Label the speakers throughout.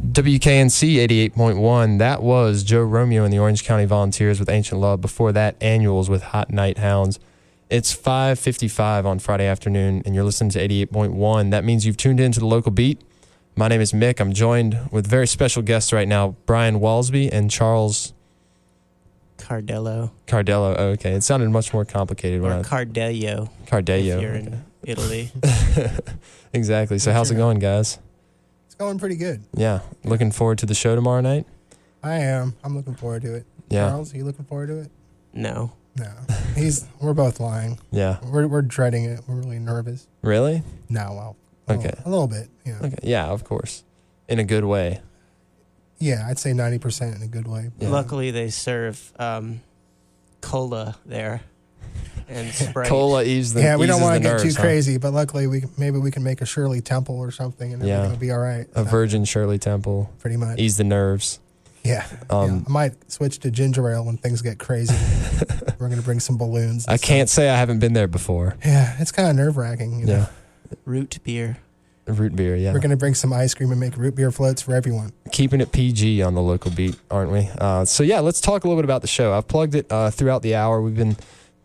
Speaker 1: WKNC 88.1. That was Joe Romeo and the Orange County Volunteers with Ancient Love. Before that, Annuals with Hot Night Hounds. It's 5.55 on Friday afternoon, and you're listening to 88.1. That means you've tuned into the local beat. My name is Mick. I'm joined with very special guests right now, Brian Walsby and Charles
Speaker 2: Cardello
Speaker 1: Cardello. Oh, okay. It sounded much more complicated when I
Speaker 2: or Cardello if
Speaker 1: Cardello.
Speaker 2: you're in Italy.
Speaker 1: Exactly. So how's it going, guys?
Speaker 3: It's going pretty good.
Speaker 1: Yeah. Looking forward to the show tomorrow night.
Speaker 3: I am. I'm looking forward to it.
Speaker 1: Yeah.
Speaker 3: Charles, are you looking forward to it?
Speaker 2: No,
Speaker 3: No. He's. We're both lying.
Speaker 1: Yeah.
Speaker 3: We're we're dreading it. We're really nervous.
Speaker 1: Really?
Speaker 3: No. Well. a little-
Speaker 1: Okay.
Speaker 3: A little bit. Yeah.
Speaker 1: Okay. Yeah, of course. In a good way.
Speaker 3: Yeah. I'd say ninety percent in a good way.
Speaker 1: Yeah.
Speaker 2: luckily they serve um, cola there and Sprite.
Speaker 1: Cola eases the
Speaker 3: yeah. We don't
Speaker 1: eases
Speaker 3: want to
Speaker 1: the
Speaker 3: get
Speaker 1: nerves,
Speaker 3: too
Speaker 1: huh?
Speaker 3: crazy, but luckily we can- maybe we can make a Shirley Temple or something, and
Speaker 1: Yeah.
Speaker 3: everything will be all right.
Speaker 1: A
Speaker 3: So,
Speaker 1: virgin Shirley Temple.
Speaker 3: pretty much.
Speaker 1: Ease the nerves.
Speaker 3: Yeah.
Speaker 1: Um,
Speaker 3: yeah. I might switch to ginger ale when things get crazy. we're gonna bring some balloons. and
Speaker 1: I
Speaker 3: stuff.
Speaker 1: can't say I haven't been there before.
Speaker 3: Yeah, it's kind of nerve wracking. You know?
Speaker 1: Yeah.
Speaker 2: root beer.
Speaker 1: Root beer, yeah.
Speaker 3: We're gonna bring some ice cream and make root beer floats for everyone.
Speaker 1: keeping it PG on the local beat, aren't we? Uh, so yeah, let's talk a little bit about the show. I've plugged it uh, throughout the hour. We've been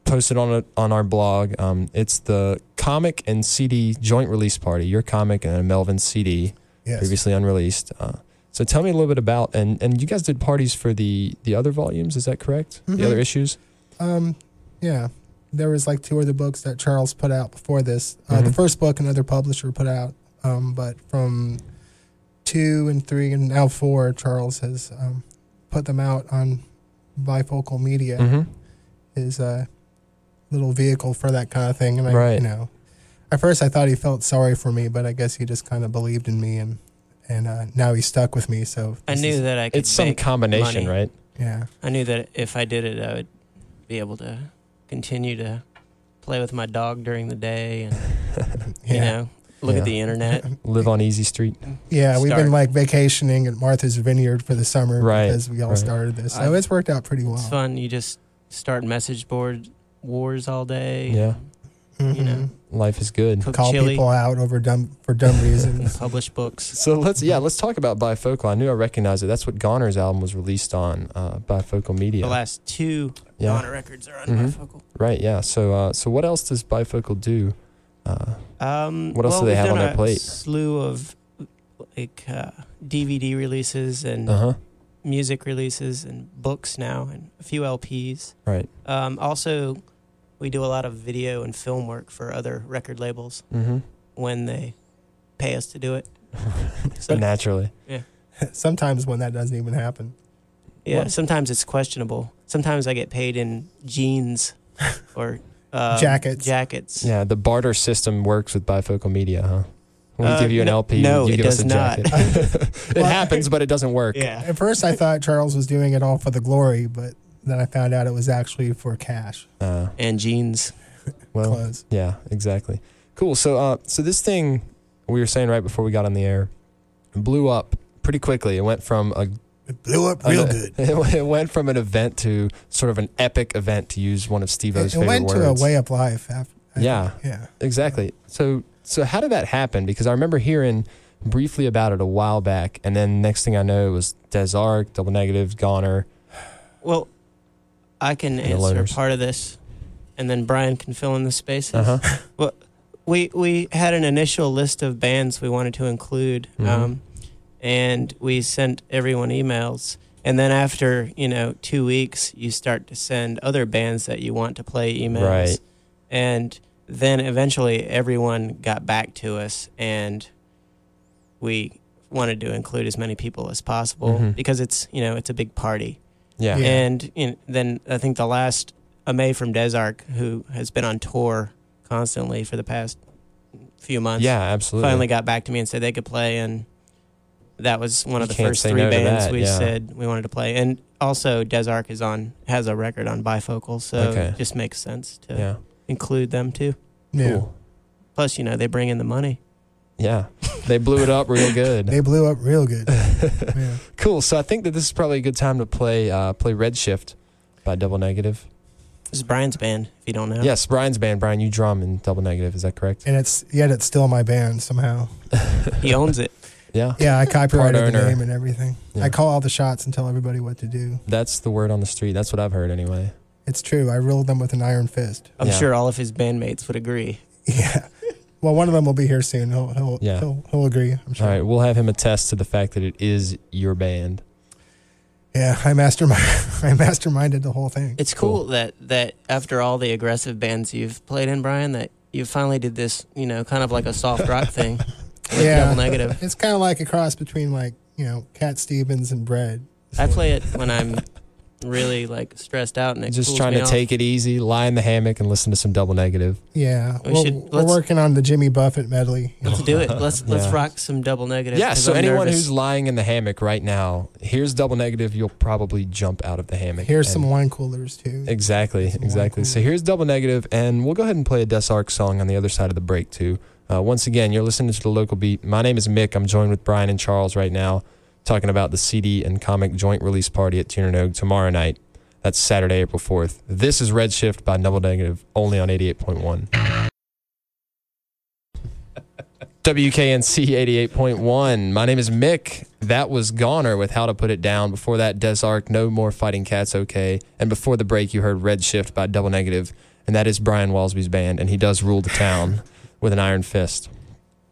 Speaker 1: posted on it on our blog. Um, it's the comic and CD joint release party. Your comic and a Melvin CD,
Speaker 3: Yes.
Speaker 1: previously unreleased. Uh, so tell me a little bit about and and you guys did parties for the the other volumes. Is that correct?
Speaker 3: Mhm.
Speaker 1: The other issues.
Speaker 3: Um, yeah, there was like two other books that Charles put out before this. Uh,
Speaker 2: Mm-hmm.
Speaker 3: The
Speaker 1: Mhm.
Speaker 3: first book another publisher put out, um, but from two and three and now four, Charles has um, put them out on bifocal media.
Speaker 2: Mm.
Speaker 1: Mm-hmm.
Speaker 3: His uh, little vehicle for that kind of thing, and I,
Speaker 1: Right.
Speaker 3: you know, at first I thought he felt sorry for me, but I guess he just kind of believed in me and. And uh, now he's stuck with me, so
Speaker 2: I
Speaker 3: this
Speaker 2: knew
Speaker 3: is-
Speaker 2: that I could.
Speaker 1: It's some
Speaker 2: make
Speaker 1: combination,
Speaker 2: money.
Speaker 1: right?
Speaker 3: yeah,
Speaker 2: I knew that if I did it, I would be able to continue to play with my dog during the day and
Speaker 3: yeah.
Speaker 2: you know look
Speaker 1: Yeah.
Speaker 2: at the internet.
Speaker 1: Live on Easy Street.
Speaker 3: Yeah, we've
Speaker 2: start.
Speaker 3: been like vacationing at Martha's Vineyard for the summer
Speaker 1: Right,
Speaker 3: because we all
Speaker 1: right.
Speaker 3: started this. So
Speaker 2: I-
Speaker 3: it's worked out pretty
Speaker 2: It's
Speaker 3: well.
Speaker 2: fun. You just start message board wars all day.
Speaker 1: Yeah.
Speaker 2: you know.
Speaker 1: Life is good.
Speaker 2: Cook
Speaker 3: Mm-hmm. Call
Speaker 2: chili.
Speaker 3: people out over dumb for dumb reasons.
Speaker 2: Publish books.
Speaker 1: So let's yeah let's talk about bifocal. I knew I recognized it. That's what Goner's album was released on uh, bifocal media.
Speaker 2: The last two
Speaker 1: yeah,
Speaker 2: Honor records are on
Speaker 1: Mhm.
Speaker 2: bifocal.
Speaker 1: right. Yeah. So uh, so what else does bifocal do? Uh,
Speaker 2: Um,
Speaker 1: What else
Speaker 2: well,
Speaker 1: do they
Speaker 2: we've
Speaker 1: have on
Speaker 2: done
Speaker 1: their
Speaker 2: a
Speaker 1: plate?
Speaker 2: Slew of like uh, DVD releases and
Speaker 1: huh.
Speaker 2: music releases and books now, and a few LPs.
Speaker 1: Right.
Speaker 2: Um, also, we do a lot of video and film work for other record labels
Speaker 1: Mm-hmm.
Speaker 2: when they pay us to do it.
Speaker 1: So naturally.
Speaker 3: Sometimes when that doesn't even happen.
Speaker 2: Yeah,
Speaker 1: What?
Speaker 2: sometimes it's questionable. Sometimes I get paid in jeans or um,
Speaker 3: Jackets.
Speaker 2: Jackets.
Speaker 1: Yeah. The barter system works with bifocal media, huh? We
Speaker 2: Uh,
Speaker 1: give you an
Speaker 2: no-
Speaker 1: LP.
Speaker 2: no,
Speaker 1: you
Speaker 2: it
Speaker 1: give us
Speaker 2: does
Speaker 1: a
Speaker 2: not.
Speaker 1: jacket. it happens, but it doesn't work.
Speaker 2: Yeah.
Speaker 3: At first, I thought Charles was doing it all for the glory, but then I found out it was actually for cash.
Speaker 1: Uh,
Speaker 2: And jeans.
Speaker 1: well,
Speaker 3: Close.
Speaker 1: Yeah, exactly. Cool. So, uh, so this thing we were saying right before we got on the air blew up pretty quickly. It went from a
Speaker 3: It blew up real
Speaker 1: an-
Speaker 3: good.
Speaker 1: It, went from an event to sort of an epic event, to use one of Steve-O's
Speaker 3: It, it
Speaker 1: favorite
Speaker 3: went to a
Speaker 1: words.
Speaker 3: way of life. After,
Speaker 1: Yeah.
Speaker 3: yeah.
Speaker 1: exactly. So, so how did that happen? Because I remember hearing briefly about it a while back, and then next thing I know, it was Desarc, Double Negative, Goner.
Speaker 2: Well, I
Speaker 1: And
Speaker 2: can
Speaker 1: the
Speaker 2: answer
Speaker 1: loners.
Speaker 2: part of this, and then Brian can fill in the spaces.
Speaker 3: Uh-huh.
Speaker 1: Uh huh.
Speaker 2: We we had an initial list of bands we wanted to include,
Speaker 1: Mhm.
Speaker 2: um, and we sent everyone emails. And then after you know two weeks, you start to send other bands that you want to play emails.
Speaker 1: Right.
Speaker 2: And then eventually, everyone got back to us, and we wanted to include as many people as possible
Speaker 1: Mhm.
Speaker 2: because it's you know it's a big party.
Speaker 1: Yeah.
Speaker 3: Yeah.
Speaker 2: And you know, then I think the last Ame from Desark, who has been on tour constantly for the past few months,
Speaker 1: Yeah, absolutely.
Speaker 2: finally got back to me and said they could play. And that was one
Speaker 1: You
Speaker 2: of the
Speaker 1: can't
Speaker 2: first
Speaker 1: say
Speaker 2: three
Speaker 1: no to
Speaker 2: bands
Speaker 1: that,
Speaker 2: we
Speaker 1: yeah.
Speaker 2: said we wanted to play. And also Desark is on has a record on bifocal, so
Speaker 1: Okay.
Speaker 2: it just makes sense to
Speaker 1: yeah.
Speaker 2: include them too.
Speaker 3: Yeah.
Speaker 1: Cool.
Speaker 2: Plus, you know, they bring in the money.
Speaker 1: Yeah. They blew it up real good.
Speaker 3: They blew up real good. yeah.
Speaker 1: Cool. So I think that this is probably a good time to play uh, play Redshift by Double Negative.
Speaker 2: This is Brian's band, if you don't know.
Speaker 1: Yes, Brian's band. Brian, you drum in Double Negative. Is that correct?
Speaker 3: And it's yet it's still my band somehow.
Speaker 2: He owns it.
Speaker 1: Yeah.
Speaker 3: Yeah, I copyrighted the
Speaker 1: owner.
Speaker 3: name and everything.
Speaker 1: Yeah.
Speaker 3: I call all the shots and tell everybody what to do.
Speaker 1: That's the word on the street. That's what I've heard anyway.
Speaker 3: It's true. I ruled them with an iron fist.
Speaker 2: I'm
Speaker 1: Yeah.
Speaker 2: sure all of his bandmates would agree.
Speaker 3: Yeah. Well, one of them will be here soon. He'll he'll
Speaker 1: Yeah.
Speaker 3: he'll, he'll agree. I'm sure.
Speaker 1: All right, we'll have him attest to the fact that it is your band.
Speaker 3: Yeah, I mastermind. I masterminded the whole thing.
Speaker 2: It's cool, that that after all the aggressive bands you've played in, Brian, that you finally did this, you know, kind of like a soft rock thing. With
Speaker 3: Yeah.
Speaker 2: double negative.
Speaker 3: It's kind of like a cross between like you know Cat Stevens and Bread.
Speaker 2: I play it when I'm really like stressed out and it
Speaker 1: Just
Speaker 2: cools
Speaker 1: trying
Speaker 2: me
Speaker 1: to
Speaker 2: off.
Speaker 1: take it easy, lie in the hammock, and listen to some double negative.
Speaker 3: Yeah,
Speaker 2: We
Speaker 3: we
Speaker 2: should-
Speaker 3: are
Speaker 2: let's-
Speaker 3: working on the Jimmy Buffett medley.
Speaker 2: Let's do it. Let's let's
Speaker 1: Yeah.
Speaker 2: rock some double negative.
Speaker 1: Yeah,
Speaker 2: 'cause
Speaker 1: so
Speaker 2: I'm
Speaker 1: anyone
Speaker 2: nervous.
Speaker 1: who's lying in the hammock right now, here's double negative, you'll probably jump out of the hammock.
Speaker 3: Here's
Speaker 1: And-
Speaker 3: some wine coolers too.
Speaker 1: Exactly,
Speaker 3: Some
Speaker 1: exactly.
Speaker 3: wine
Speaker 1: So here's double negative, and we'll go ahead and play a Des Arc song on the other side of the break too. Uh, once again, you're listening to the local beat. My name is Mick. I'm joined with Brian and Charles right now, talking about the CD and comic joint release party at Tiernogue tomorrow night. That's Saturday, April 4th. This is Redshift by Double Negative, only on 88.1. WKNC 88.1. My name is Mick. That was Goner with How to Put It Down. Before that, Desark, No More Fighting Cats, okay. And before the break, you heard Red Shift by Double Negative, and that is Brian Walsby's band, and he does rule the town with an iron fist.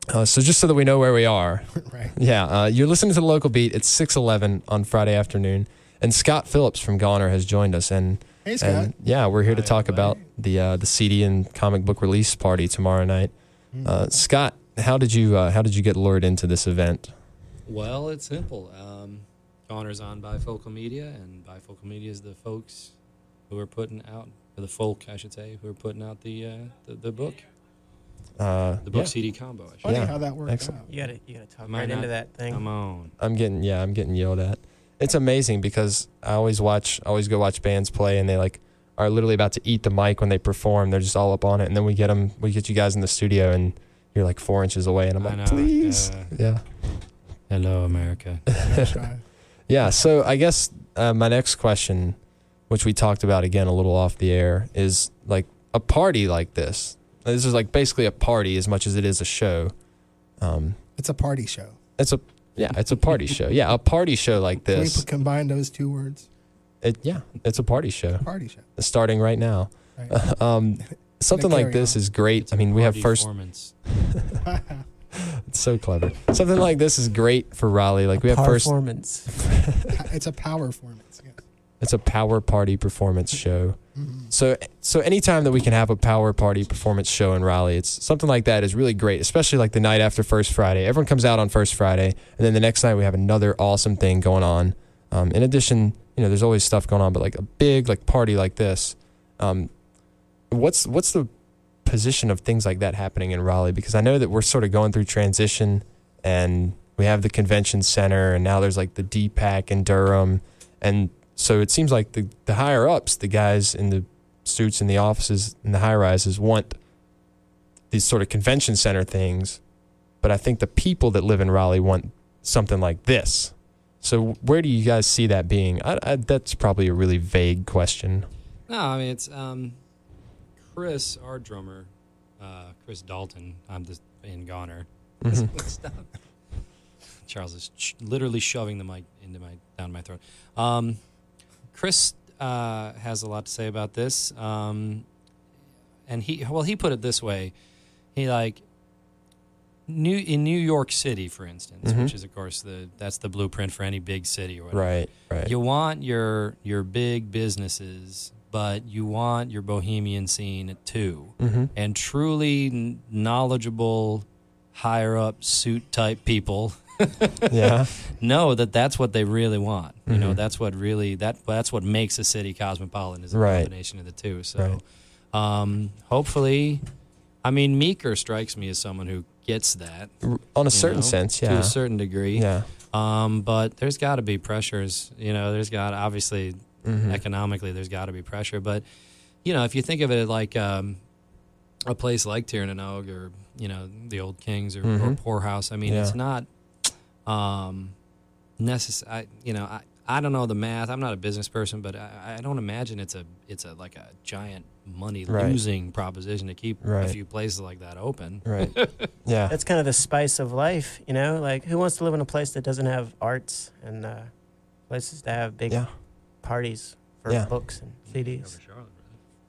Speaker 1: Uh, so just so that we know where we are,
Speaker 3: right.
Speaker 1: yeah, uh, you're listening to the local beat. It's 6:11 on Friday afternoon, and Scott Phillips from Goner has joined us, and
Speaker 3: Hey Scott.
Speaker 1: and yeah, we're here to
Speaker 4: Hi,
Speaker 1: talk about
Speaker 4: everybody.
Speaker 1: the uh, the CD and comic book release party tomorrow night.
Speaker 3: Mm.
Speaker 1: Uh, Scott, how did you uh, how did you get lured into this event?
Speaker 4: Well, it's simple. Um, Goner's on Bifocal Media, and Bifocal Media is the folks who are putting out, or the folk, I should say, who are putting out the uh, the, the book,
Speaker 1: Uh,
Speaker 4: the book
Speaker 1: yeah.
Speaker 4: CD combo. I should
Speaker 3: Funny
Speaker 1: yeah,
Speaker 3: how that works
Speaker 1: excellent.
Speaker 3: out.
Speaker 2: You gotta you gotta talk
Speaker 4: Am I
Speaker 2: right into
Speaker 4: not-
Speaker 2: that
Speaker 4: say.
Speaker 2: thing.
Speaker 4: Come on.
Speaker 1: I'm getting yeah, I'm getting yelled at. It's amazing because I always watch, I always go watch bands play, and they like are literally about to eat the mic when they perform. They're just all up on it, and then we get them, we get you guys in the studio, and you're like four inches away, and I'm
Speaker 4: I
Speaker 1: like,
Speaker 4: know,
Speaker 1: please,
Speaker 4: uh,
Speaker 1: yeah.
Speaker 4: hello, America.
Speaker 3: Nice try.
Speaker 1: Yeah. So I guess uh, my next question, which we talked about again a little off the air, is like a party like this. This is like basically a party as much as it is a show. Um,
Speaker 3: It's a party show.
Speaker 1: it's a yeah, it's a party show. Yeah, a party show like
Speaker 3: Can We
Speaker 1: this.
Speaker 3: put- combine those two words.
Speaker 1: It, yeah, it's a party show
Speaker 3: Party show.
Speaker 1: starting right now.
Speaker 3: Right.
Speaker 1: um, something
Speaker 3: Now
Speaker 1: like
Speaker 3: carry
Speaker 1: this
Speaker 3: on.
Speaker 1: is great.
Speaker 4: It's
Speaker 1: I
Speaker 4: a
Speaker 1: mean, we have
Speaker 4: party
Speaker 1: first.
Speaker 4: performance.
Speaker 1: It's so clever. Something like this is great for Raleigh. Like we have first.
Speaker 2: performance.
Speaker 3: it's a power performance. Yes.
Speaker 1: It's a power party performance show.
Speaker 3: Mhm.
Speaker 1: So, so anytime that we can have a power party performance show in Raleigh, it's something like that is really great, especially like the night after First Friday. Everyone comes out on First Friday, and then the next night we have another awesome thing going on. Um, in addition, you know, there's always stuff going on, but like a big like party like this, um, what's what's the position of things like that happening in Raleigh? Because I know that we're sort of going through transition, and we have the convention center, and now there's like the DPAC in Durham, and so it seems like the the higher ups, the guys in the suits in the offices in the high rises want these sort of convention center things, but I think the people that live in Raleigh want something like this. So where do you guys see that being? I, I, that's probably a really vague question.
Speaker 4: No, I mean it's um, Chris, our drummer, uh, Chris Dalton. I'm just in Goner. Stop. Mm-hmm. Charles is sh- literally shoving the mic into my down my throat. Um, Chris uh, has a lot to say about this, um, and he well he put it this way. He like new in New York City, for instance,
Speaker 1: Mhm.
Speaker 4: which is of course the that's the blueprint for any big city or whatever.
Speaker 1: Right, right.
Speaker 4: You want your your big businesses, but you want your bohemian scene too.
Speaker 1: mm-hmm.
Speaker 4: And truly kn- knowledgeable, higher up suit type people
Speaker 1: Yeah,
Speaker 4: know that that's what they really want. You know,
Speaker 1: Mhm.
Speaker 4: that's what really that that's what makes a city cosmopolitan is a
Speaker 1: Right.
Speaker 4: combination of the two. So, um, hopefully, I mean, Meeker strikes me as someone who gets that
Speaker 1: R- on a certain
Speaker 4: know,
Speaker 1: sense.
Speaker 4: to
Speaker 1: Yeah,
Speaker 4: a certain degree.
Speaker 1: yeah.
Speaker 4: Um, but there's got to be pressures. You know, there's got obviously
Speaker 1: Mm-hmm.
Speaker 4: economically there's got to be pressure but you know if you think of it like um, a place like Tiernanog or you know the old kings or, or
Speaker 1: Mhm.
Speaker 4: poorhouse i mean
Speaker 1: Yeah.
Speaker 4: it's not um necessary you know I, I don't know the math. I'm not a business person, but I, I don't imagine it's a it's a like a giant money
Speaker 1: Right.
Speaker 4: losing proposition to keep
Speaker 1: Right.
Speaker 4: a few places like that open.
Speaker 1: Right. yeah.
Speaker 2: That's kind of the spice of life, you know. Like, who wants to live in a place that doesn't have arts and uh, places to have big
Speaker 1: Yeah.
Speaker 2: parties for
Speaker 1: Yeah.
Speaker 2: books and CDs?
Speaker 4: Charlotte,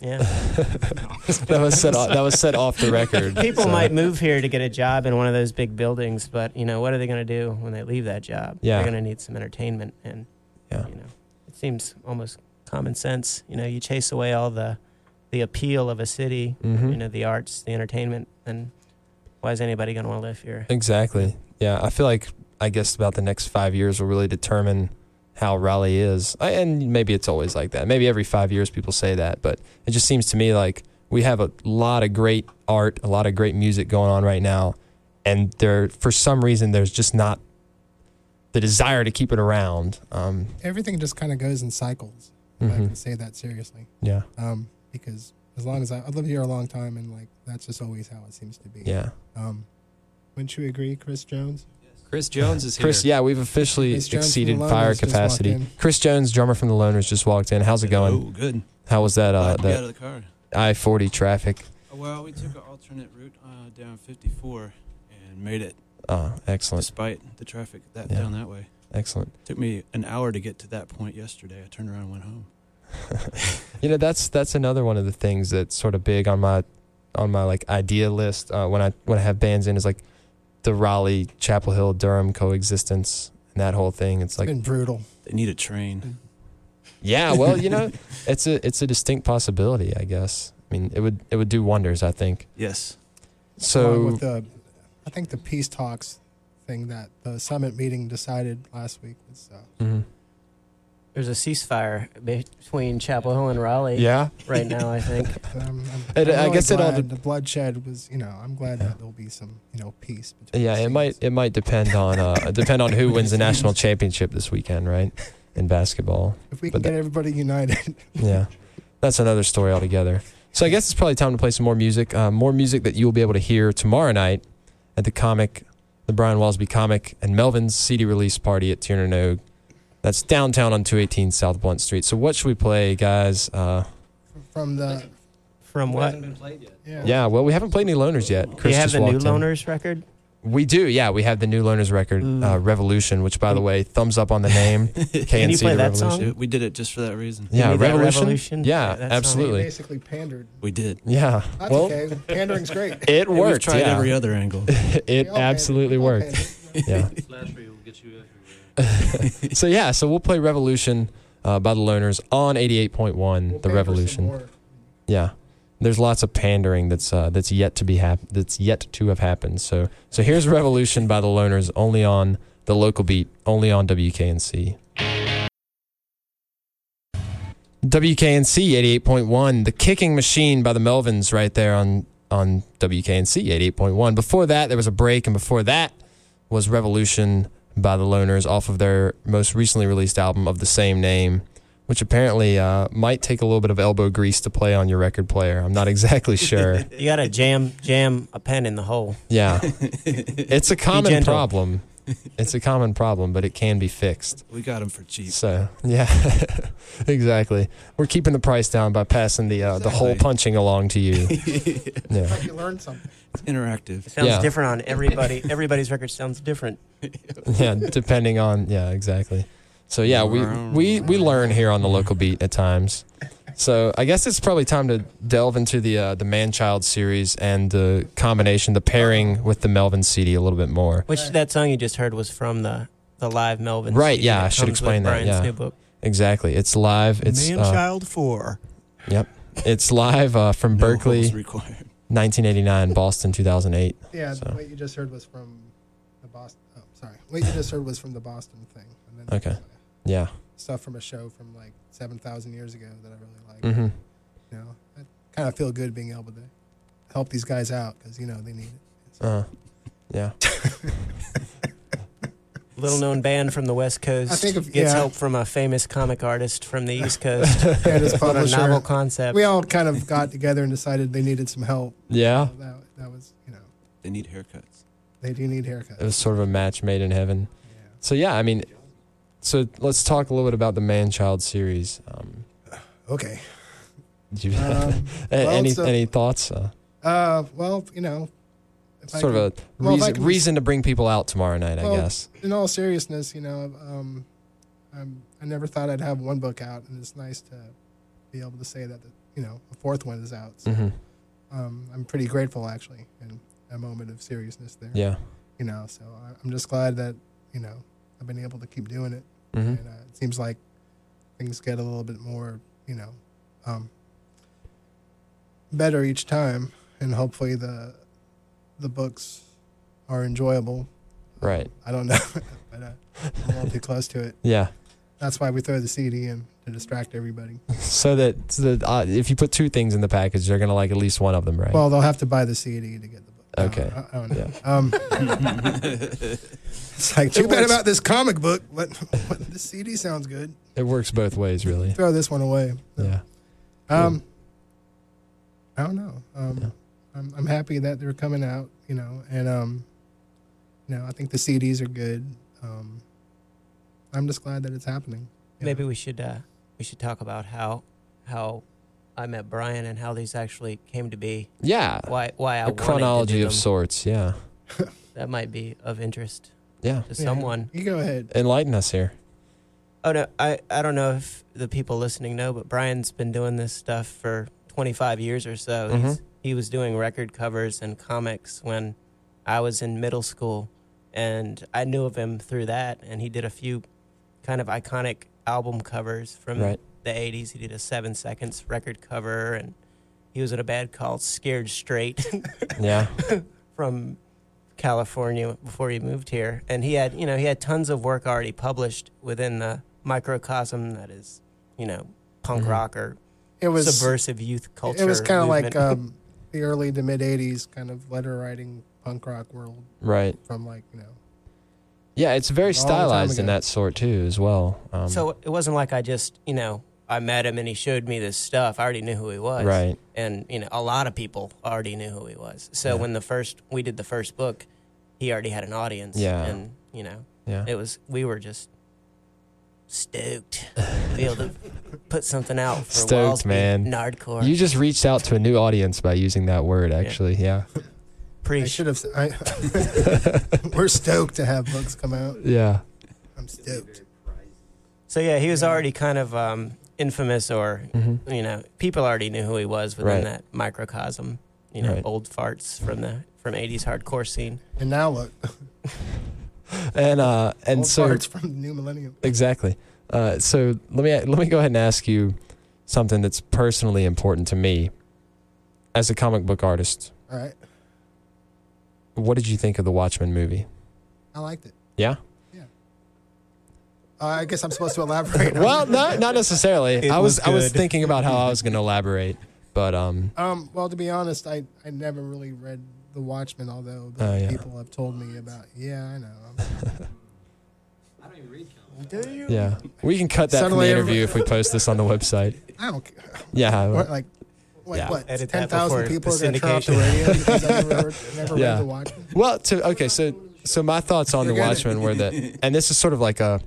Speaker 2: Yeah,
Speaker 1: That was set off, that was set off the record.
Speaker 2: people
Speaker 1: so-
Speaker 2: might move here to get a job in one of those big buildings, but you know, what are they going to do when they leave that job?
Speaker 1: Yeah.
Speaker 2: they're going to need some entertainment, and
Speaker 1: Yeah.
Speaker 2: you know, it seems almost common sense. You know, you chase away all the the appeal of a city,
Speaker 1: Mhm.
Speaker 2: you know, the arts, the entertainment, and why is anybody going to want to live here?
Speaker 1: Exactly. Yeah, I feel like I guess about the next five years will really determine how Raleigh is, I, and maybe it's always like that. Maybe every five years people say that, but it just seems to me like we have a lot of great art, a lot of great music going on right now, and there for some reason there's just not the desire to keep it around. Um,
Speaker 3: Everything just kind of goes in cycles. If I
Speaker 1: mhm.
Speaker 3: can say that seriously,
Speaker 1: Yeah,
Speaker 3: um, because as long as I, I've lived here a long time, and like that's just always how it seems to be.
Speaker 1: yeah.
Speaker 3: Um, wouldn't you agree, Chris Jones?
Speaker 4: Chris Jones is here.
Speaker 1: Chris, yeah, we've officially
Speaker 3: Chris Jones from
Speaker 1: exceeded
Speaker 3: the Loners
Speaker 1: fire
Speaker 3: just walked
Speaker 1: capacity.
Speaker 3: in.
Speaker 1: Chris Jones, drummer from the Loners, just walked in. How's it going?
Speaker 5: Oh, good.
Speaker 1: How was that? Uh,
Speaker 5: Glad to be out
Speaker 1: that
Speaker 5: of the car. Uh,
Speaker 1: I forty traffic.
Speaker 5: Well, we took an alternate route uh, down 54 and made it
Speaker 1: Uh, excellent,
Speaker 5: despite the traffic that
Speaker 1: Yeah.
Speaker 5: down that way.
Speaker 1: excellent.
Speaker 5: Took me an hour to get to that point yesterday. I turned around and went home.
Speaker 1: You know, that's that's another one of the things that's sort of big on my on my like idea list uh, when I when I have bands in is like the Raleigh, Chapel Hill, Durham coexistence and that whole thing. It's like
Speaker 3: Been brutal.
Speaker 5: They need a train.
Speaker 2: Mm.
Speaker 1: yeah, well, you know, it's a it's a distinct possibility, I guess. I mean, it would it would do wonders, I think.
Speaker 5: Yes.
Speaker 1: So
Speaker 3: Along with the, I think the peace talks thing that the summit meeting decided last week was uh,
Speaker 1: Mhm.
Speaker 2: There's a ceasefire between Chapel Hill and Raleigh
Speaker 1: yeah,
Speaker 2: right now, I think.
Speaker 3: I'm, I'm,
Speaker 1: It-
Speaker 3: I'm
Speaker 1: I
Speaker 3: really
Speaker 1: guess it all
Speaker 3: glad
Speaker 1: dep-
Speaker 3: the bloodshed was, you know, I'm glad
Speaker 1: Yeah.
Speaker 3: that there'll be some, you know, peace. Between
Speaker 1: yeah,
Speaker 3: the
Speaker 1: it
Speaker 3: states.
Speaker 1: might it might depend on uh, depend on who wins the national championship this weekend, right? In basketball.
Speaker 3: If we
Speaker 1: but
Speaker 3: can get everybody united,
Speaker 1: Yeah, that's another story altogether. So I guess it's probably time to play some more music. Uh, more music that you'll be able to hear tomorrow night at the comic, the Brian Walsby comic and Melvin's CD release party at Tiernan Oak. That's downtown on 218 South Blunt Street. So what should we play, guys? Uh,
Speaker 3: from the
Speaker 2: From what?
Speaker 4: been played yet.
Speaker 3: yeah,
Speaker 1: yeah, well, we haven't played any loners yet.
Speaker 2: Do
Speaker 1: Chris
Speaker 2: you have
Speaker 1: just
Speaker 2: the new
Speaker 1: walked in.
Speaker 2: Loners record?
Speaker 1: We do, yeah. We have the new loners record, uh,
Speaker 2: Mm.
Speaker 1: Revolution, which, by the way, thumbs up on the name. KNC
Speaker 2: Can you play
Speaker 1: the
Speaker 2: that
Speaker 1: Revolution.
Speaker 2: song?
Speaker 5: Dude, We did it just for that reason.
Speaker 1: Yeah,
Speaker 2: need that
Speaker 1: Revolution?
Speaker 2: Revolution?
Speaker 1: Yeah,
Speaker 2: Yeah, that song.
Speaker 3: They
Speaker 1: absolutely.
Speaker 3: basically pandered.
Speaker 5: We did.
Speaker 1: Yeah.
Speaker 3: That's
Speaker 1: well,
Speaker 3: okay. Pandering's great.
Speaker 1: it
Speaker 5: We've
Speaker 1: worked.
Speaker 5: tried
Speaker 1: yeah.
Speaker 5: every other angle.
Speaker 1: it
Speaker 3: We all pandered.
Speaker 1: absolutely
Speaker 3: We all
Speaker 1: worked.
Speaker 3: pandered.
Speaker 1: yeah. so yeah, so we'll play Revolution uh, by the Loners on 88one
Speaker 3: We'll
Speaker 1: the
Speaker 3: pander some
Speaker 1: Revolution.
Speaker 3: more.
Speaker 1: Yeah. There's lots of pandering that's uh, that's yet to be hap- that's yet to have happened. So so here's Revolution by the Loners only on the local beat, only on WKNC. WKNC 88.1, The Kicking Machine by the Melvins right there on on WKNC 88.1. Before that, there was a break and before that was Revolution by the Loners off of their most recently released album of the same name, which apparently uh, might take a little bit of elbow grease to play on your record player. I'm not exactly sure.
Speaker 2: You got to jam jam a pen in the hole.
Speaker 1: yeah. It's a common
Speaker 2: gentle.
Speaker 1: problem. It's a common problem, but it can be fixed.
Speaker 5: we got them for cheap.
Speaker 1: So, yeah. exactly. We're keeping the price down by passing the uh, the hole
Speaker 5: Exactly.
Speaker 1: punching along to you. yeah.
Speaker 3: Hope you learned something.
Speaker 5: Interactive.
Speaker 2: It sounds
Speaker 1: Yeah.
Speaker 2: different on everybody. Everybody's record sounds different.
Speaker 1: yeah, depending on yeah, exactly. So yeah, we we we learn here on the local beat at times. So I guess it's probably time to delve into the uh, the man child series and the combination, the pairing with the Melvin CD a little bit more.
Speaker 2: Which that song you just heard was from the the live Melvin.
Speaker 1: Right,
Speaker 2: CD
Speaker 1: yeah,
Speaker 2: that
Speaker 1: I should
Speaker 2: comes with
Speaker 1: explain that,
Speaker 2: Brian's
Speaker 1: yeah.
Speaker 2: new book.
Speaker 1: Exactly, it's live. It's
Speaker 5: Man
Speaker 1: uh,
Speaker 5: Child 4.
Speaker 1: it's live uh, from
Speaker 5: No holds
Speaker 1: Berkeley,
Speaker 5: required.
Speaker 1: 1989, Boston, 2008.
Speaker 3: Yeah,
Speaker 1: So.
Speaker 3: what you just heard was from the Boston. Oh, sorry, what you just heard was from the Boston thing. And then uh,
Speaker 1: Okay. Yeah.
Speaker 3: Stuff from a show from like seven thousand years ago that I really like.
Speaker 1: Mm-hmm.
Speaker 3: You know, I kind of feel good being able to help these guys out because you know they need it.
Speaker 1: Uh, yeah.
Speaker 2: Little known band from the West Coast
Speaker 3: I think of-
Speaker 2: gets
Speaker 3: yeah.
Speaker 2: help from a famous comic artist from the East Coast.
Speaker 3: And his
Speaker 2: what a novel
Speaker 3: publisher.
Speaker 2: concept.
Speaker 3: We all kind of got together and decided they needed some help.
Speaker 1: Yeah.
Speaker 3: That, that was, you know,
Speaker 5: They need haircuts.
Speaker 3: they do need
Speaker 1: It
Speaker 3: haircuts.
Speaker 1: was sort of a match made in heaven.
Speaker 3: Yeah.
Speaker 1: So yeah, I mean, So let's talk a little bit about the Man Child series. Um,
Speaker 3: Okay.
Speaker 1: do you-
Speaker 3: Um,
Speaker 1: a-
Speaker 3: well,
Speaker 1: any
Speaker 3: it's a-
Speaker 1: any thoughts? Uh,
Speaker 3: uh, well, you know, if I
Speaker 1: sort
Speaker 3: could-
Speaker 1: of a
Speaker 3: well, if I
Speaker 1: reason,
Speaker 3: could-
Speaker 1: reason to bring people out tomorrow night,
Speaker 3: Well,
Speaker 1: I guess.
Speaker 3: in all seriousness, you know, um, I'm, I never thought I'd have one book out, and it's nice to be able to say that the, you know a fourth one is out. So,
Speaker 1: hmm
Speaker 3: um, I'm pretty grateful actually, and a moment of seriousness there.
Speaker 1: Yeah.
Speaker 3: You know, so I, I'm just glad that you know I've been able to keep doing it,
Speaker 1: hmm
Speaker 3: and uh, it seems like things get a little bit more you know um, better each time, and hopefully the the books are enjoyable.
Speaker 1: Right.
Speaker 3: I don't know, but uh, I'm a little too close to it.
Speaker 1: Yeah.
Speaker 3: That's why we throw the CD in to distract everybody.
Speaker 1: So that so that, uh, if you put two things in the package, they're gonna like at least one of them, right?
Speaker 3: Well, they'll have to buy the CD to get the book. No,
Speaker 1: Okay.
Speaker 3: I, I don't know. Um, it's like too bad
Speaker 1: works.
Speaker 3: about this comic book, but, uh, but this CD sounds good.
Speaker 1: it works both ways, really.
Speaker 3: Throw this one away. No.
Speaker 1: Yeah.
Speaker 3: Um, I don't know. Um,
Speaker 1: Yeah.
Speaker 3: I'm, I'm happy that they're coming out, you know, and um, you know, I think the CDs are good. Um, I'm just glad that it's happening. you
Speaker 2: Maybe
Speaker 3: know.
Speaker 2: we should uh, we should talk about how how I met Brian and how these actually came to be.
Speaker 1: Yeah.
Speaker 2: Why why I
Speaker 1: A
Speaker 2: wanted to
Speaker 1: chronology
Speaker 2: do
Speaker 1: of
Speaker 2: them.
Speaker 1: sorts. Yeah.
Speaker 2: that might be of interest
Speaker 1: Yeah.
Speaker 2: to
Speaker 3: Yeah,
Speaker 2: someone.
Speaker 3: You go ahead.
Speaker 1: Enlighten us here.
Speaker 2: Oh no, I I don't know if the people listening know, but Brian's been doing this stuff for 25 years or so. He's, he was doing record covers and comics when I was in middle school, and I knew of him through that. And he did a few kind of iconic album covers from
Speaker 1: Right.
Speaker 2: the 80s. He did a Seven Seconds record cover, and he was in a band called Scared Straight.
Speaker 1: Yeah.
Speaker 2: from California before he moved here, and he had you know he had tons of work already published within the microcosm that is you know punk
Speaker 1: Mhm.
Speaker 2: rock or
Speaker 3: Mm-hmm. It was
Speaker 2: subversive youth culture.
Speaker 3: It was kind of like
Speaker 2: movement.
Speaker 3: um, the early to mid '80s kind of letter writing punk rock world
Speaker 1: Right.
Speaker 3: from like you know.
Speaker 1: Yeah. It's very
Speaker 3: Long time
Speaker 1: stylized in
Speaker 3: ago.
Speaker 1: that sort too, as well. Um,
Speaker 2: so it wasn't like I just you know I met him and he showed me this stuff. I already knew who he was,
Speaker 1: Right.
Speaker 2: And you know a lot of people already knew who he was. So
Speaker 1: Yeah.
Speaker 2: when the first we did the first book, he already had an audience.
Speaker 1: Yeah.
Speaker 2: and you know
Speaker 1: Yeah.
Speaker 2: It was we were just stoked to be able to put something out for
Speaker 1: Stoked,
Speaker 2: Wallsby,
Speaker 1: man.
Speaker 2: Nardcore.
Speaker 1: You just reached out to a new audience by using that word, actually. Yeah.
Speaker 3: I
Speaker 2: preach.
Speaker 3: should have. s- I, we're stoked to have books come out.
Speaker 1: Yeah.
Speaker 3: I'm stoked.
Speaker 2: So yeah, he was already kind of um, infamous, or
Speaker 1: hmm
Speaker 2: you know, people already knew who he was within
Speaker 1: Right.
Speaker 2: that microcosm. You know,
Speaker 1: Right.
Speaker 2: old farts from the from '80s hardcore scene.
Speaker 3: And now look,
Speaker 1: And uh, and
Speaker 3: old
Speaker 1: so
Speaker 3: parts from the new millennium.
Speaker 1: Exactly. Uh, so let me let me go ahead and ask you something that's personally important to me as a comic book artist.
Speaker 3: All right,
Speaker 1: What did you think of the Watchmen movie?
Speaker 3: I liked it.
Speaker 1: Yeah.
Speaker 3: Uh, I guess I'm supposed to elaborate. on
Speaker 1: Well,
Speaker 3: it.
Speaker 1: no, not necessarily.
Speaker 2: It
Speaker 1: I was,
Speaker 2: was
Speaker 1: I was
Speaker 2: good.
Speaker 1: thinking about how I was going to elaborate, but um,
Speaker 3: Um, well, to be honest, I, I never really read The Watchmen, although the
Speaker 1: Oh, yeah.
Speaker 3: people have told me about. Yeah, I know.
Speaker 4: I don't even read comics.
Speaker 3: Do you?
Speaker 1: yeah, we can cut that
Speaker 3: Suddenly
Speaker 1: from the interview
Speaker 3: everybody-
Speaker 1: if we post this on the website.
Speaker 3: I don't care.
Speaker 1: Yeah.
Speaker 3: What, like, what?
Speaker 1: Yeah.
Speaker 3: what
Speaker 2: Edit that
Speaker 3: Ten thousand
Speaker 2: before
Speaker 3: people are
Speaker 2: the
Speaker 3: going to turn off the
Speaker 2: syndication.
Speaker 3: radio because I never, heard, never
Speaker 1: Yeah.
Speaker 3: read The Watchmen.
Speaker 1: Well, to okay, so so my thoughts on the
Speaker 3: Forget it.
Speaker 1: Watchmen were that, and this is sort of like a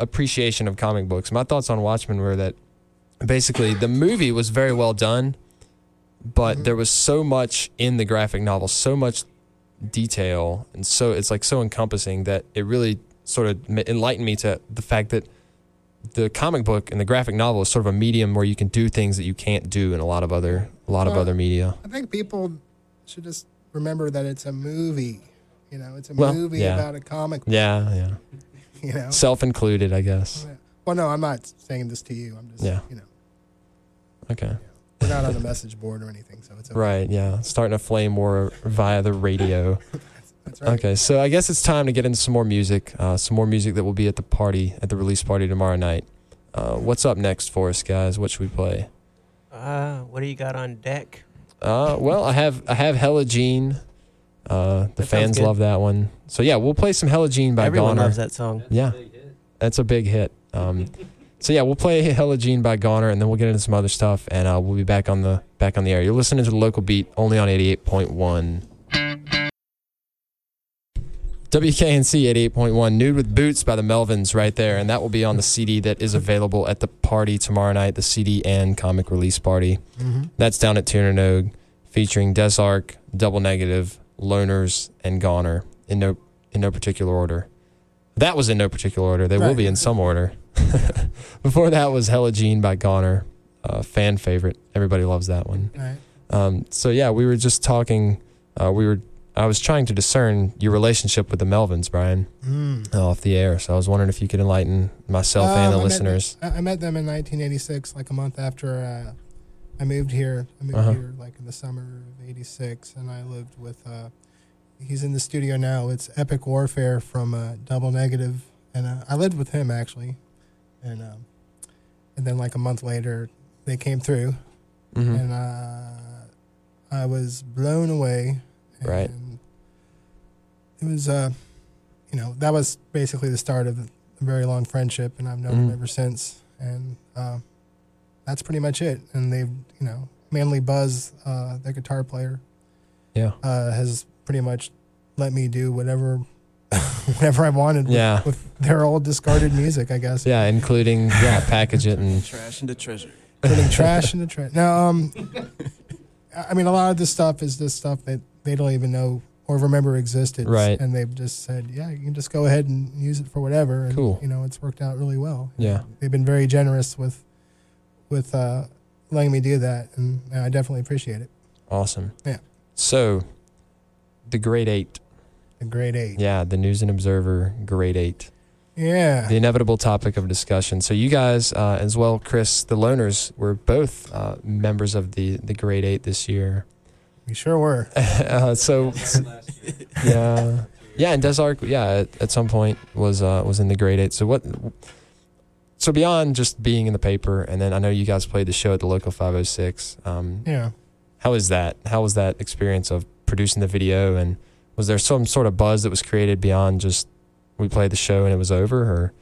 Speaker 1: appreciation of comic books. My thoughts on Watchmen were that basically the movie was very well done, but there was so much in the graphic novel, so much detail, and so it's like so encompassing that it really sort of m- enlightened me to the fact that the comic book and the graphic novel is sort of a medium where you can do things that you can't do in a lot of other a lot of
Speaker 3: Well,
Speaker 1: other media.
Speaker 3: I think people should just remember that it's a movie. You know, it's a
Speaker 1: Well,
Speaker 3: movie
Speaker 1: yeah.
Speaker 3: about a comic.
Speaker 1: Yeah, yeah.
Speaker 3: You know.
Speaker 1: Self included, I guess.
Speaker 3: Well, no, I'm not saying this to you. I'm just,
Speaker 1: Yeah.
Speaker 3: you know,
Speaker 1: Okay.
Speaker 3: we're not on a message board or anything, so it's okay.
Speaker 1: Right, yeah. Starting a flame war via the radio.
Speaker 3: That's right.
Speaker 1: Okay, so I guess it's time to get into some more music. Uh, some more music that will be at the party, at the release party tomorrow night. Uh, what's up next for us, guys? What should we play?
Speaker 2: Uh, what do you got on deck?
Speaker 1: Uh, well, I have I have Hella Jean. Uh, the
Speaker 2: That sounds
Speaker 1: fans
Speaker 2: good.
Speaker 1: love that one. So yeah, we'll play some Hella Jean by
Speaker 2: Everyone
Speaker 1: Goner.
Speaker 2: loves that song.
Speaker 1: yeah, that's a big hit. Um, so yeah, we'll play Hella Jean by Goner, and then we'll get into some other stuff, and uh, we'll be back on the back on the air. You're listening to the local beat only on eighty eight point one. WKNC 88.1 Nude with Boots by the Melvins right there. And that will be on the CD that is available at the party tomorrow night, the CD and comic release party.
Speaker 3: Mm-hmm.
Speaker 1: That's down at Tunernog featuring Desark, Double Negative, Loners, and Goner in no, in no particular order. That was in no particular order. They will
Speaker 3: Right.
Speaker 1: be in some order. Before that was Helogene by Goner, uh, fan favorite. Everybody loves that one.
Speaker 3: All right.
Speaker 1: Um, so yeah, we were just talking. Uh, we were. I was trying to discern your relationship with the Melvins, Brian,
Speaker 3: Mm.
Speaker 1: uh, off the air. So I was wondering if you could enlighten myself
Speaker 3: Um,
Speaker 1: and the
Speaker 3: I met-
Speaker 1: listeners.
Speaker 3: I, I met them in 1986, like a month after uh, I moved here. I moved
Speaker 1: Uh-huh.
Speaker 3: here like in the summer of '86, and I lived with. Uh, he's in the studio now. It's Epic Warfare from uh, Double Negative, and uh, I lived with him actually, and um, and then like a month later they came through,
Speaker 1: Mhm.
Speaker 3: and uh, I was blown away. And
Speaker 1: Right.
Speaker 3: It was, uh, you know, that was basically the start of a very long friendship, and I've known them
Speaker 1: Mhm.
Speaker 3: ever since. And uh, that's pretty much it. And they've, you know, mainly Buzz, uh, their guitar player,
Speaker 1: Yeah.
Speaker 3: uh, has pretty much let me do whatever, whatever I wanted. with-
Speaker 1: Yeah.
Speaker 3: With, their old discarded music, I guess.
Speaker 1: Yeah, including yeah, package it and
Speaker 5: Trash into treasure.
Speaker 3: putting trash in the trash. Now, um, I I mean, a lot of this stuff is just stuff that they don't even know or remember existed,
Speaker 1: Right.
Speaker 3: And they've just said, "Yeah, you can just go ahead and use it for whatever." And,
Speaker 1: Cool.
Speaker 3: You know, it's worked out really well.
Speaker 1: yeah,
Speaker 3: They've been very generous with with uh, letting me do that, and, and I definitely appreciate it.
Speaker 1: awesome.
Speaker 3: Yeah.
Speaker 1: So, the grade eight.
Speaker 3: A grade eight.
Speaker 1: Yeah, the News and Observer grade eight.
Speaker 3: Yeah.
Speaker 1: the inevitable topic of discussion. So you guys, uh, as well, Chris, the loners, were both uh, members of the the grade eight this year.
Speaker 3: we sure were.
Speaker 1: uh, so yeah, yeah, and Desark, yeah, at, at some point was uh, was in the grade eight. So what? So beyond just being in the paper, and then I know you guys played the show at the local five hundred six. Um,
Speaker 3: Yeah.
Speaker 1: how is that? How was that experience of producing the video? And was there some sort of buzz that was created beyond just we played the show and it was over, or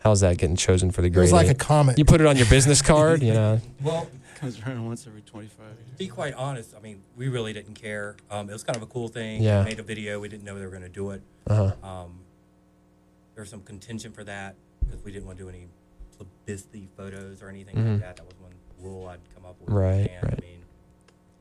Speaker 1: how's that getting chosen for the
Speaker 3: It
Speaker 1: grade?
Speaker 3: was like a
Speaker 1: eight?
Speaker 3: comet.
Speaker 1: you put it on your business card, you know.
Speaker 6: Well,
Speaker 5: Comes around once every 25
Speaker 6: to
Speaker 5: years.
Speaker 6: be quite honest, I mean, we really didn't care. Um, it was kind of a cool thing.
Speaker 1: Yeah.
Speaker 6: We made a video. We didn't know they were going to do it.
Speaker 1: Uh-huh.
Speaker 6: Um, there was some contention for that because we didn't want to do any publicity photos or anything
Speaker 1: Mhm.
Speaker 6: like that. That was one rule I'd come up with.
Speaker 1: Right,
Speaker 6: And,
Speaker 1: right.
Speaker 6: I mean,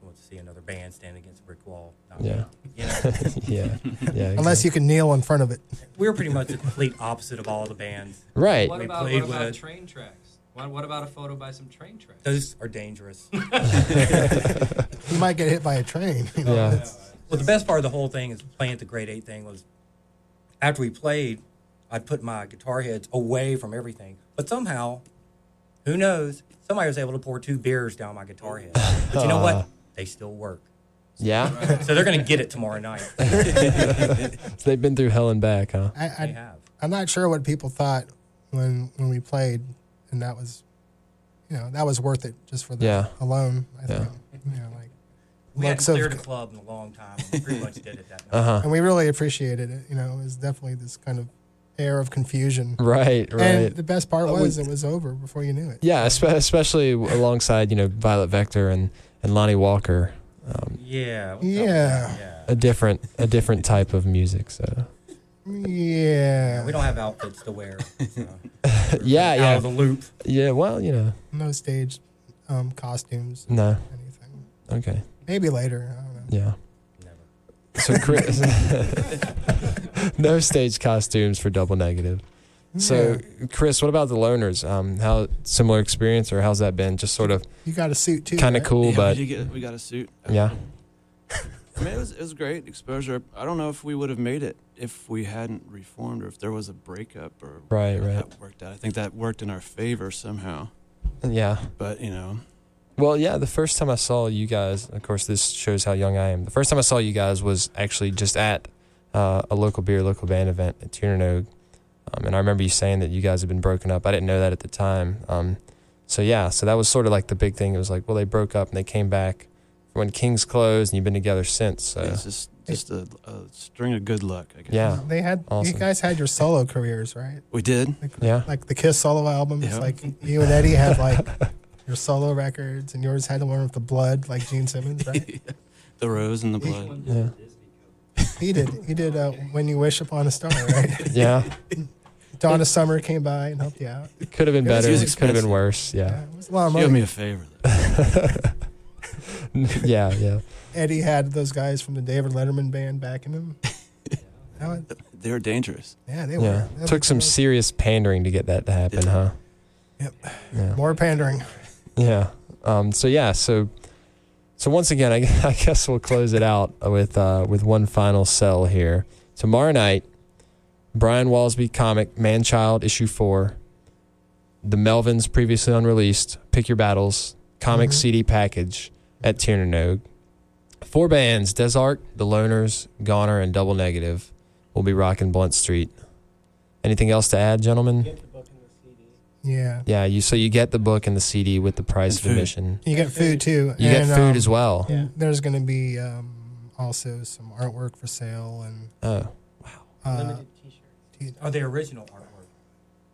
Speaker 6: I want to see another band stand against a brick wall. Not
Speaker 1: Yeah.
Speaker 6: me, You know?
Speaker 1: yeah, yeah.
Speaker 3: Unless you can kneel in front of it.
Speaker 6: we were pretty much the complete opposite of all the bands.
Speaker 1: you right,
Speaker 4: What
Speaker 6: We
Speaker 4: about,
Speaker 6: played
Speaker 4: what about
Speaker 6: with-
Speaker 4: train tracks? What, what about a photo by some train tracks?
Speaker 6: Those are dangerous.
Speaker 3: You might get hit by a train. You know?
Speaker 1: yeah,
Speaker 6: Well, the best part of the whole thing is playing at the grade eight thing was after we played, I put my guitar heads away from everything. But somehow, who knows, somebody was able to pour two beers down my guitar head. But you know
Speaker 1: Aw.
Speaker 6: what? They still work.
Speaker 1: yeah.
Speaker 6: So they're going to get it tomorrow night.
Speaker 1: So they've been through hell and back, huh?
Speaker 3: I,
Speaker 6: They
Speaker 3: I,
Speaker 6: have.
Speaker 3: I'm not sure what people thought when when we played, and that was, you know, that was worth it just for that
Speaker 1: Yeah.
Speaker 3: alone. I
Speaker 1: Yeah.
Speaker 3: think, you know, like,
Speaker 6: We
Speaker 3: Looks
Speaker 6: hadn't
Speaker 3: of-
Speaker 6: cleared a club in a long time. We pretty much did it that night.
Speaker 1: Uh huh.
Speaker 3: and we really appreciated it. You know, it was definitely this kind of air of confusion.
Speaker 1: Right, right.
Speaker 3: And the best part
Speaker 5: Oh, we-
Speaker 3: was it was over before you knew it.
Speaker 1: yeah, espe- especially alongside you know Violet Vector and and Lonnie Walker, um,
Speaker 6: Yeah. what's up with
Speaker 3: Yeah.
Speaker 6: that? Oh, yeah.
Speaker 1: a different a different type of music. So
Speaker 3: Yeah.
Speaker 6: We don't have outfits to wear. So.
Speaker 1: yeah,
Speaker 6: Out
Speaker 1: yeah,
Speaker 6: of the loop.
Speaker 1: yeah. Well, you know,
Speaker 3: no stage um, costumes. or
Speaker 1: no,
Speaker 3: Anything.
Speaker 1: okay,
Speaker 3: Maybe later. I don't know.
Speaker 1: yeah.
Speaker 6: Never.
Speaker 1: So Chris, no stage costumes for double negative. So Chris, what about the loners? Um, how similar experience or how's that been? Just sort of
Speaker 3: you got a suit too.
Speaker 1: kind of
Speaker 3: right?
Speaker 1: cool,
Speaker 5: yeah,
Speaker 1: but
Speaker 5: we, did get, we got a suit.
Speaker 1: Yeah.
Speaker 5: I mean, it was, it was great exposure. I don't know if we would have made it if we hadn't reformed or if there was a breakup or
Speaker 1: right,
Speaker 5: how
Speaker 1: right,
Speaker 5: that worked out. I think that worked in our favor somehow.
Speaker 1: yeah.
Speaker 5: But, you know,
Speaker 1: Well, yeah, the first time I saw you guys, of course, this shows how young I am. The first time I saw you guys was actually just at uh, a local beer, local band event at Tiernogue. Um, and I remember you saying that you guys had been broken up. I didn't know that at the time. Um, so, yeah, so that was sort of like the big thing. It was like, well, they broke up and they came back when Kings closed, and you've been together since. So,
Speaker 5: it's just, just a, a string of good luck, I guess.
Speaker 1: yeah,
Speaker 3: They had
Speaker 1: Awesome.
Speaker 3: you guys had your solo careers, right?
Speaker 5: We did.
Speaker 1: yeah,
Speaker 3: like the Kiss solo album. It's
Speaker 5: Yeah.
Speaker 3: like you and Eddie had like your solo records, and yours had the one with the blood, like Gene Simmons, right?
Speaker 5: The rose and the blood.
Speaker 4: One
Speaker 1: yeah.
Speaker 4: did the Disney cover.
Speaker 3: He did. He did. Uh, when you wish upon a star, right?
Speaker 1: Yeah,
Speaker 3: Donna Summer came by and helped you out.
Speaker 1: it could have been
Speaker 5: It was-
Speaker 1: better.
Speaker 5: it was
Speaker 1: It could have been
Speaker 5: expensive.
Speaker 1: worse.
Speaker 3: Yeah,
Speaker 1: Yeah,
Speaker 3: it was a lot of
Speaker 5: You owe
Speaker 3: money.
Speaker 5: me a favor.
Speaker 1: yeah, yeah.
Speaker 3: Eddie had those guys from the David Letterman band backing him. That was-
Speaker 5: They're dangerous.
Speaker 3: yeah, they
Speaker 1: yeah.
Speaker 3: were. That
Speaker 1: Took
Speaker 3: was-
Speaker 1: some
Speaker 3: that was-
Speaker 1: serious pandering to get that to happen,
Speaker 5: Yeah.
Speaker 1: huh?
Speaker 3: Yep.
Speaker 1: Yeah.
Speaker 3: more pandering.
Speaker 1: Yeah. Um, so yeah. So so once again, I, gu- I guess we'll close it out with uh, with one final sell here. Tomorrow night, Brian Walsby comic Man Child issue four. The Melvins previously unreleased Pick Your Battles comic
Speaker 3: Mhm.
Speaker 1: CD package at Tiernanog. Four bands: Desart, The Loners, Goner, and Double Negative will be rocking Blunt Street. Anything else to add, gentlemen?
Speaker 3: Yeah,
Speaker 1: Yeah, you so you get the book and the CD with the price
Speaker 5: And
Speaker 1: of
Speaker 5: food.
Speaker 1: admission.
Speaker 3: you get food too.
Speaker 1: You get
Speaker 3: and,
Speaker 1: food
Speaker 3: um,
Speaker 1: as well.
Speaker 3: Yeah, there's going to be um, also some artwork for sale and
Speaker 1: Oh,
Speaker 3: uh,
Speaker 6: Are they original artwork?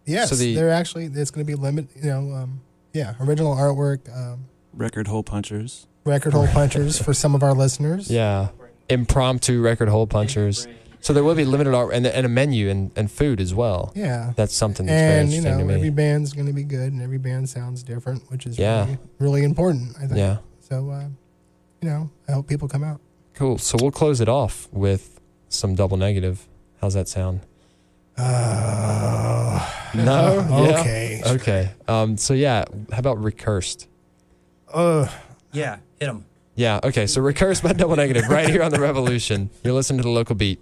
Speaker 3: yes,
Speaker 1: So the-
Speaker 3: they're actually it's going to be limit. You know, um, yeah, original artwork, um,
Speaker 5: Record hole punchers.
Speaker 3: record hole punchers for some of our listeners.
Speaker 1: yeah. Impromptu record hole punchers. So there will be limited art and, and a menu and, and food as well.
Speaker 3: yeah.
Speaker 1: That's something that's
Speaker 3: And
Speaker 1: very
Speaker 3: you
Speaker 1: interesting to me.
Speaker 3: know, every band's going to be good, and every band sounds different, which is
Speaker 1: Yeah.
Speaker 3: really, really important. I think.
Speaker 1: yeah.
Speaker 3: So, uh, you know, I hope people come out.
Speaker 1: Cool. So we'll close it off with some double negative. How's that sound?
Speaker 3: Oh,
Speaker 1: No. Yeah.
Speaker 3: okay.
Speaker 1: Okay. Um, so yeah, how about recursed?
Speaker 3: Ugh.
Speaker 6: Yeah, hit them.
Speaker 1: Yeah. Okay. So recursed by double negative right here on the revolution. You're listening to the local beat.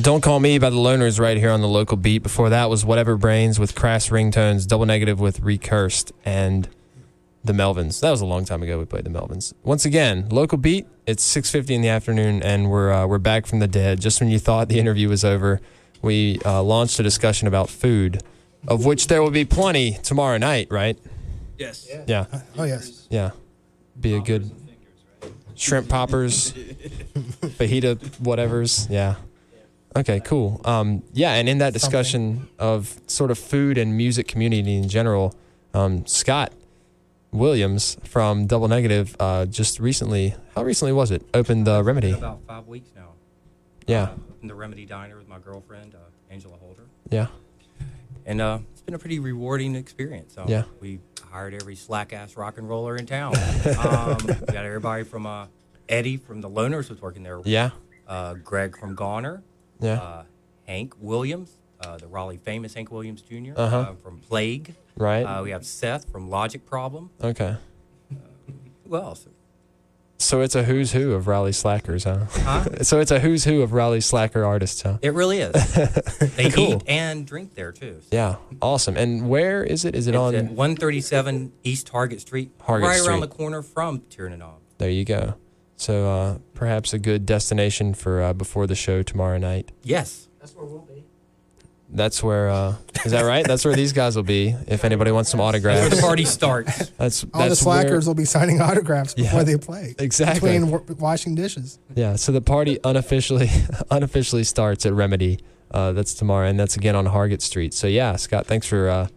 Speaker 1: Don't Call Me by the Loners right here on the local beat. Before that was Whatever Brains with Crass Ringtones, Double Negative with Recursed, and the Melvins. That was a long time ago we played the Melvins. Once again, local beat. It's 6.50 in the afternoon, and we're, uh, we're back from the dead. Just when you thought the interview was over, we uh, launched a discussion about food, of which there will be plenty tomorrow night, right?
Speaker 5: Yes.
Speaker 1: Yeah.
Speaker 3: Oh yes.
Speaker 1: Yeah. Be a good shrimp poppers, fajita whatevers. Yeah. Okay, cool. Um, yeah, and in that discussion of sort of food and music community in general, um, Scott Williams from Double Negative uh, just recently, how recently was it? Opened the
Speaker 6: Been
Speaker 1: remedy.
Speaker 6: about five weeks now.
Speaker 1: Yeah,
Speaker 6: Uh, in the Remedy Diner with my girlfriend, uh, Angela Holder.
Speaker 1: yeah,
Speaker 6: And uh, it's been a pretty rewarding experience. Um,
Speaker 1: Yeah.
Speaker 6: We hired every slack ass rock and roller in town. um, we got everybody from uh, Eddie from the Loners was working there.
Speaker 1: yeah,
Speaker 6: Uh, Greg from Goner.
Speaker 1: yeah.
Speaker 6: Uh, Hank Williams, uh, the Raleigh famous Hank Williams junior uh,
Speaker 1: Uh-huh.
Speaker 6: from Plague.
Speaker 1: Right.
Speaker 6: Uh, we have Seth from Logic Problem.
Speaker 1: Okay.
Speaker 6: Who else?
Speaker 1: So it's a who's who of Raleigh slackers, huh?
Speaker 6: Huh?
Speaker 1: so it's a who's who of Raleigh slacker artists, huh?
Speaker 6: It really is. They
Speaker 1: Cool.
Speaker 6: eat and drink there too. So
Speaker 1: Yeah, awesome. And where is it? Is it
Speaker 6: It's
Speaker 1: on?
Speaker 6: at 137 East Target Street,
Speaker 1: Target
Speaker 6: right around
Speaker 1: Street.
Speaker 6: the corner from Tiernanog.
Speaker 1: There you go. So uh, perhaps a good destination for uh, before the show tomorrow night.
Speaker 6: Yes.
Speaker 1: That's where uh, is that right? That's where these guys will be. If anybody wants some
Speaker 6: Where the
Speaker 1: autographs,
Speaker 6: party starts.
Speaker 1: that's
Speaker 3: All the
Speaker 1: that's where-
Speaker 3: slackers will be signing autographs
Speaker 1: Yeah.
Speaker 3: before they play.
Speaker 1: Exactly.
Speaker 3: Between wa- washing dishes.
Speaker 1: Yeah. So the party unofficially unofficially starts at Remedy. Uh, that's tomorrow, and that's again on Hargett Street. So yeah, Scott, thanks for uh,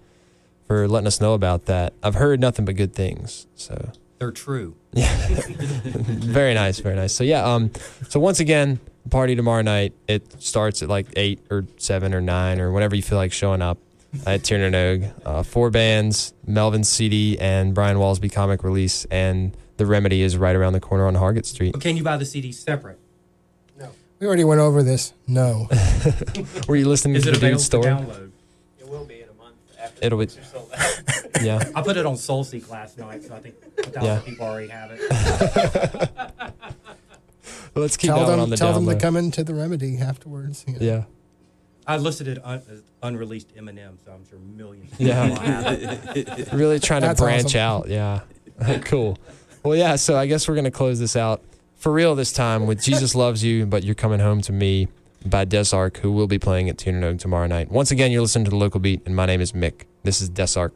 Speaker 1: for letting us know about that. I've heard nothing but good things. So
Speaker 6: They're true.
Speaker 1: very nice, very nice. So yeah, um, so once again, party tomorrow night. It starts at like eight or seven or nine or whenever you feel like showing up at Tiernanog. Uh, four bands: Melvin CD and Brian Walsby comic release, and the remedy is right around the corner on Hargett Street.
Speaker 6: But can you buy the CD separate?
Speaker 3: We already went over this. No.
Speaker 1: Were you listening
Speaker 6: Is
Speaker 1: to
Speaker 6: it
Speaker 1: the
Speaker 6: available
Speaker 1: dude's
Speaker 6: for
Speaker 1: story?
Speaker 6: download?
Speaker 2: It will be in a month after
Speaker 1: It'll be-
Speaker 2: books are sold out.
Speaker 1: Yeah,
Speaker 6: I put it on SoulSeek last night, so I think a thousand
Speaker 1: Yeah.
Speaker 6: people already have it.
Speaker 1: let's keep
Speaker 3: tell
Speaker 1: that one
Speaker 3: them
Speaker 1: on the
Speaker 3: tell them to
Speaker 1: download.
Speaker 3: come into the remedy afterwards. you know.
Speaker 1: Yeah,
Speaker 6: I listed it un- as unreleased Eminem, so I'm sure millions of people
Speaker 1: Yeah.
Speaker 6: will have it.
Speaker 1: really trying to
Speaker 3: That's
Speaker 1: branch
Speaker 3: awesome.
Speaker 1: out. Yeah, cool. Well, yeah. So I guess we're gonna close this out for real this time with "Jesus Loves You," but you're coming home to me by Desark, who will be playing at Tunanog tomorrow night. Once again, you're listening to the local beat, and my name is Mick. This is Desark.